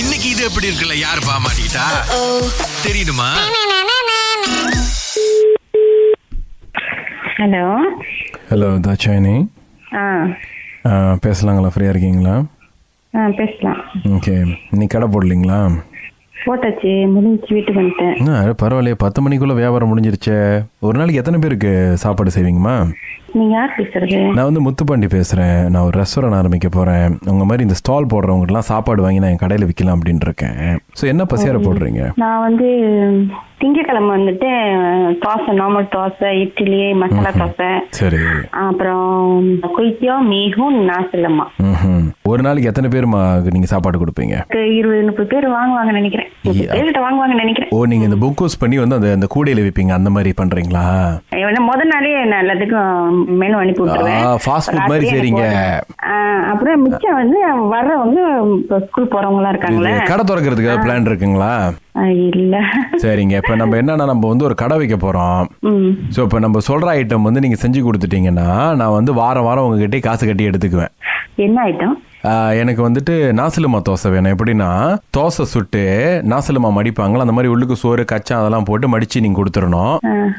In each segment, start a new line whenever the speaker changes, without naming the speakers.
இன்னைக்கு இது எப்படி இருக்குல்ல யார் பாமாட்டா தெரியுமா
ஹலோ
ஹலோ தாட்சாயினி
ஆ
ஆ, பேசலாங்களா ஃப்ரீயாக இருக்கீங்களா
ஆ பேசலாம்
ஓகே நீ கடை போடலீங்களா
போட்டாச்சு முடிஞ்சு வீட்டுக்கு வந்துட்டேன்
என்ன அது பரவாயில்லையே பத்து மணிக்குள்ளே வியாபாரம் முடிஞ்சிருச்சே ஒரு நாளைக்கு எத்தனை பேருக்கு சாப்பாடு செய்வீங்கம்மா
நீங்கள் யார் பேசுறது
நான் வந்து முத்துப்பாண்டி பேசுகிறேன் நான் ஒரு ரெஸ்டாரண்ட் ஆரம்பிக்க போகிறேன் உங்கள் மாதிரி இந்த ஸ்டால் போடுறவங்கலாம் சாப்பாடு வாங்கி நான் என் கடையில் விற்கலாம் அப்படின்னு இருக்கேன் ஸோ என்ன பசியார போடுறீங்க
நான் வந்து திங்கக்கிழமை வந்துட்டு தோசை நார்மல் தோசை இட்லி மசாலா தோசை
சரி
அப்புறம் குயிக்கியோ மீகும் நாசிலம்மா
ம் ஒரு நாளைக்கு எத்தனை பேருமா நீங்கள் சாப்பாடு கொடுப்பீங்க
இருபது முப்பது பேர் வாங்குவாங்கன்னு நினைக்கிறேன் முப்பது பேர்கிட்ட வாங்குவாங்கன்னு நினைக்கிறேன்
ஓ நீங்கள் இந்த புக்கோஸ் பண்ணி வந்து அந்த அந்த கூடையில் விற்பீங்க அந்த மாதிரி பண்ணுறீங்களா
ஏன்னா முத நாளே நான் எல்லாத்துக்கும் மெனு அனுப்பி விட்டுருவேன்
ஆ, fast food மாதிரி
ராத்திரி
செய்றீங்க.
எனக்கு ஒரு- ஆ, அப்புறம் மிச்சம் வந்து வர்றவங்க இப்போ ஸ்கூல் போறவங்களா இருக்காங்களே
இது கடை திறக்கிறதுக்கு பிளான் இருக்குங்களா
ஆ, இல்ல
சரிங்க இப்போ நம்ம என்னன்னா நம்ம வந்து ஒரு கடை வைக்க போகிறோம்
ம்
ஸோ இப்போ நம்ம சொல்கிற ஐட்டம் வந்து நீங்கள் செஞ்சு கொடுத்துட்டீங்கன்னா நான் வந்து வாரம் வாரம் உங்ககிட்டே காசு கட்டி எடுத்துக்குவேன்
என்ன ஐட்டம்
ஆஹ், எனக்கு வந்துட்டு நாசிலுமா தோசை வேணும் எப்படின்னா தோசை சுட்டு நாசிலுமா மடிப்பாங்களா அந்த மாதிரி உள்ளுக்கு சோறு கச்சா அதெல்லாம் போட்டு மடித்து நீங்கள் கொடுத்துடணும்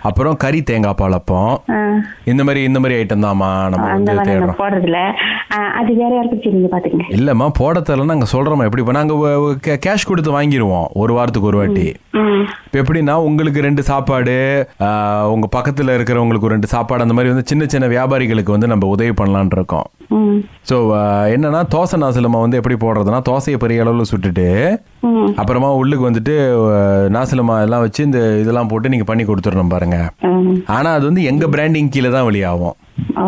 அப்புறம் கறி தேங்காய் பாலப்பம்
ஆ,
இந்த மாதிரி இந்த மாதிரி ஐட்டம் தாம்மா நம்ம
அந்த
வந்து
மாதிரி
தேடுறோம்
நான் போடுறதில்ல ஆ, அது வேற யாருக்கு சரி நீங்க பாத்துக்கங்க
இல்லைம்மா போட தரல நாங்கள் சொல்கிறோம்மா எப்படி இப்போ நாங்கள் கேஷ் கொடுத்து வாங்கிடுவோம் ஒரு வாரத்துக்கு ஒரு வாட்டி
ம்
இப்போ எப்படின்னா உங்களுக்கு ரெண்டு சாப்பாடு ஆஹ், உங்க பக்கத்துல இருக்கிறவங்களுக்கு ஒரு ரெண்டு சாப்பாடு அந்த மாதிரி வந்து சின்ன சின்ன வியாபாரிகளுக்கு வந்து நம்ம உதவி பண்ணலாம்னு இருக்கோம்
ம்
ஸோ என்னன்னா தோசை நாசிலமா வந்து எப்படி போடுறதுன்னா தோசையை பெரிய அளவில் சுட்டுட்டு
ம்
அப்புறமா உள்ளுக்கு வந்துட்டு ஆஹ், நாசிலமா எல்லாம் வச்சு இந்த இதெல்லாம் போட்டு நீங்க பண்ணி கொடுத்துடணும் பாருங்க
ம்.
ஆனா அது வந்து எங்க பிராண்டிங் கீழே தான் வெளியாகும்
ஓ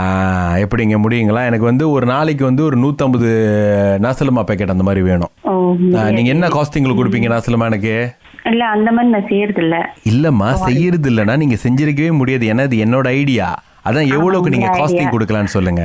ஆஹ், எப்படிங்க முடியுங்களா எனக்கு வந்து ஒரு நாளைக்கு வந்து ஒரு நூற்றம்பது நாசிலமா பேக்கெட் அந்த மாதிரி வேணும்
ஓ
ஆஹ், நீங்க என்ன காஸ்டிங்களுக்கு கொடுப்பீங்க நாசிலமா எனக்கு
இல்ல அந்த மாதிரி நான் செய்யறது இல்ல
இல்லம்மா செய்யறது இல்லைன்னா நீங்க செஞ்சிருக்கவே முடியாது ஏன்னா இது என்னோட ஐடியா அதான் எவ்வளவுக்கு நீங்க காஸ்டிங் கொடுக்கலாம்னு சொல்லுங்க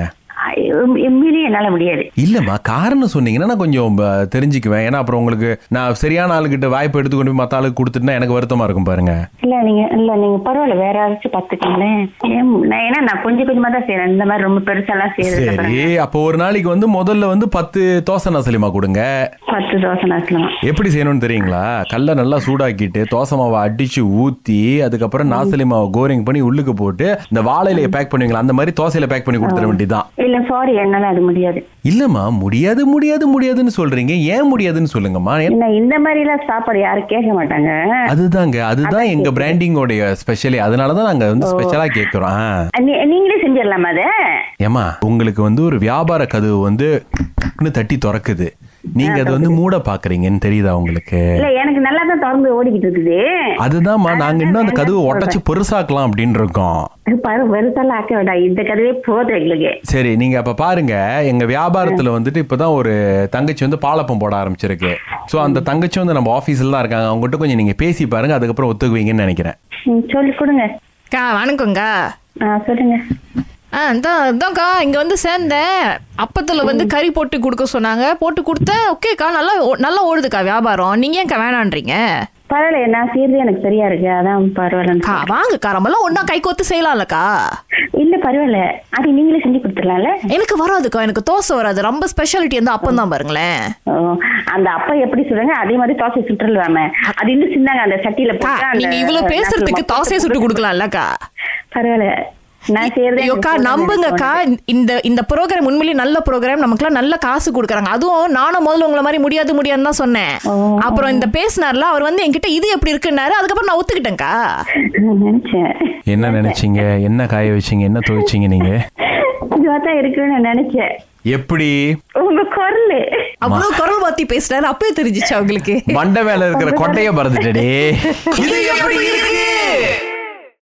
எம்மிலே என்னால முடியாது
இல்லம்மா காரணம் சொன்னீங்கன்னா நான் கொஞ்சம் ப- தெரிஞ்சுக்குவேன் ஏன்னா அப்புறம் உங்களுக்கு நான் சரியான ஆளுகிட்ட வாய்ப்பு எடுத்து கொண்டு போய் மத்த ஆளுக்கு கொடுத்துட்டுனா எனக்கு வருத்தமா இருக்கும் பாருங்க
இல்ல நீங்க இல்ல நீங்க பரவாயில்ல வேற யாராச்சும் பாத்துக்கீங்களேன் ஏன், நான் ஏன்னா நான் கொஞ்சம் கொஞ்சமா தான் செய்யறேன் இந்த மாதிரி ரொம்ப பெருசாலாம் செய்யறது இல்ல
சரி அப்போ ஒரு நாளைக்கு வந்து முதல்ல வந்து பத்து தோசை நசலிமா கொடுங்க
பத்து தோசை நாசலாம்
எப்படி செய்யணும்னு தெரியுங்களா கல்லை நல்லா சூடாக்கிட்டு தோசை மாவை அடிச்சு ஊத்தி அதுக்கப்புறம் நாசலி மாவை கோரிங் பண்ணி உள்ளுக்கு போட்டு இந்த வாழையில பேக் பண்ணுவீங்களா அந்த மாதிரி தோசையில பேக் பண்ணி கொடுத்துட வேண்டியதுதான்
இல்ல சாரி என்னால அது முடியாது
இல்லம்மா முடியாது முடியாது முடியாதுன்னு சொல்றீங்க ஏன் முடியாதுன்னு சொல்லுங்கம்மா ஏன்-
ஏன்னா இந்த மாதிரி எல்லாம் சாப்பாடு யாரும் கேட்க மாட்டாங்க
அதுதாங்க அதுதான் எங்க பிராண்டிங்கோடைய ஸ்பெஷலி அதனாலதான் நாங்க வந்து ஸ்பெஷலா கேக்குறோம் ஆ.
நீ- நீங்களே செஞ்சிடலாமா அதை
ஏம்மா உங்களுக்கு வந்து ஒரு வியாபார கதவு வந்து ன்னு தட்டி திறக்குது நீங்க அதை வந்து மூட பாக்குறீங்கன்னு தெரியுதா உங்களுக்கு
இல்ல எனக்கு நல்லா தான் திறந்து ஓடிக்கிட்டு இருக்குது
அதுதான்மா நாங்க இன்னும் அந்த கதவை உடச்சு பெருசாக்கலாம் அப்படின்னு இருக்கோம்
அது பாரு வெறுத்தால ஆக்க வேண்டாம் இந்த கதையே போதும் எங்களுக்கு
சரி நீங்க அப்ப பாருங்க எங்க வியாபாரத்துல வந்துட்டு இப்பதான் ஒரு தங்கச்சி வந்து பாலப்பம் போட ஆரம்பிச்சிருக்கு சோ அந்த தங்கச்சி வந்து நம்ம ஆபீஸ்ல தான் இருக்காங்க அவங்ககிட்ட கொஞ்சம் நீங்க பேசி பாருங்க அதுக்கப்புறம் ஒத்துக்குவீங்கன்னு நினைக்கிறேன்
ம், சொல்லி கொடுங்க
அக்கா வணக்கங்கக்கா
ஆ, சொல்லுங்க
ஆ அதான் அதான்க்கா இங்கே வந்து சேர்ந்தேன் அப்பத்தில் வந்து கறி போட்டு கொடுக்க சொன்னாங்க போட்டு கொடுத்தேன் ஓகேக்கா நல்லா ஓ- நல்லா ஓடுதுக்கா வியாபாரம் நீங்கள் ஏன்க்கா வேணான்றீங்க
பரவாயில்ல நான் செய்யறது எனக்கு சரியா இருக்கு அதான் பரவாயில்ல
அக்கா வாங்கக்கா நம்மளாம் ஒன்றா கை கோத்து செய்யலாம்லக்கா
இல்ல பரவாயில்ல அது நீங்களே செஞ்சு கொடுத்துடலாம்ல
எனக்கு வராதுக்கா எனக்கு தோசை வராது ரொம்ப ஸ்பெஷாலிட்டி வந்து அப்பம் தான் பாருங்களேன்
ஓ, அந்த அப்பா எப்படி சொல்றாங்க அதே மாதிரி தோசை சுட்டுலாம அது இன்னும் சின்னாங்க அந்த சட்டியில
அக்கா
போட்டு அந்த
நீங்கள் இவ்வளோ பேசுறதுக்கு தோசையை சுட்டு கொடுக்கலாம்லக்கா
பரவாயில்ல நான் செய்யறது
ஐயோக்கா நம்புங்கக்கா இந்த இந்த ப்ரோக்ராம் உண்மையிலேயே நல்ல ப்ரோக்ராம் நமக்குலாம் நல்ல காசு கொடுக்குறாங்க அதுவும் நானும் முதல்ல உங்களை மாதிரி முடியாது முடியாதுன்னு தான் சொன்னேன் அப்புறம் இந்த பேசினார்ல அவர் வந்து என்கிட்ட இது எப்படி இருக்குன்னாரு அதுக்கப்புறம் நான் ஒத்துக்கிட்டேன்க்கா
நினைச்சேன்
என்ன நினைச்சீங்க என்ன காய வச்சீங்க என்ன துவைச்சீங்க நீங்க
இதுவா தான் இருக்குன்னு நான் நினைச்சேன்
எப்படி
உங்க குரல்
அவ்வளோ குரல் மாத்தி பேசினாரு அப்பவே தெரிஞ்சிச்சு அவங்களுக்கு
மண்டை மேல இருக்கிற கொட்டைய பறந்துட்டடி இது எப்படி இருக்கு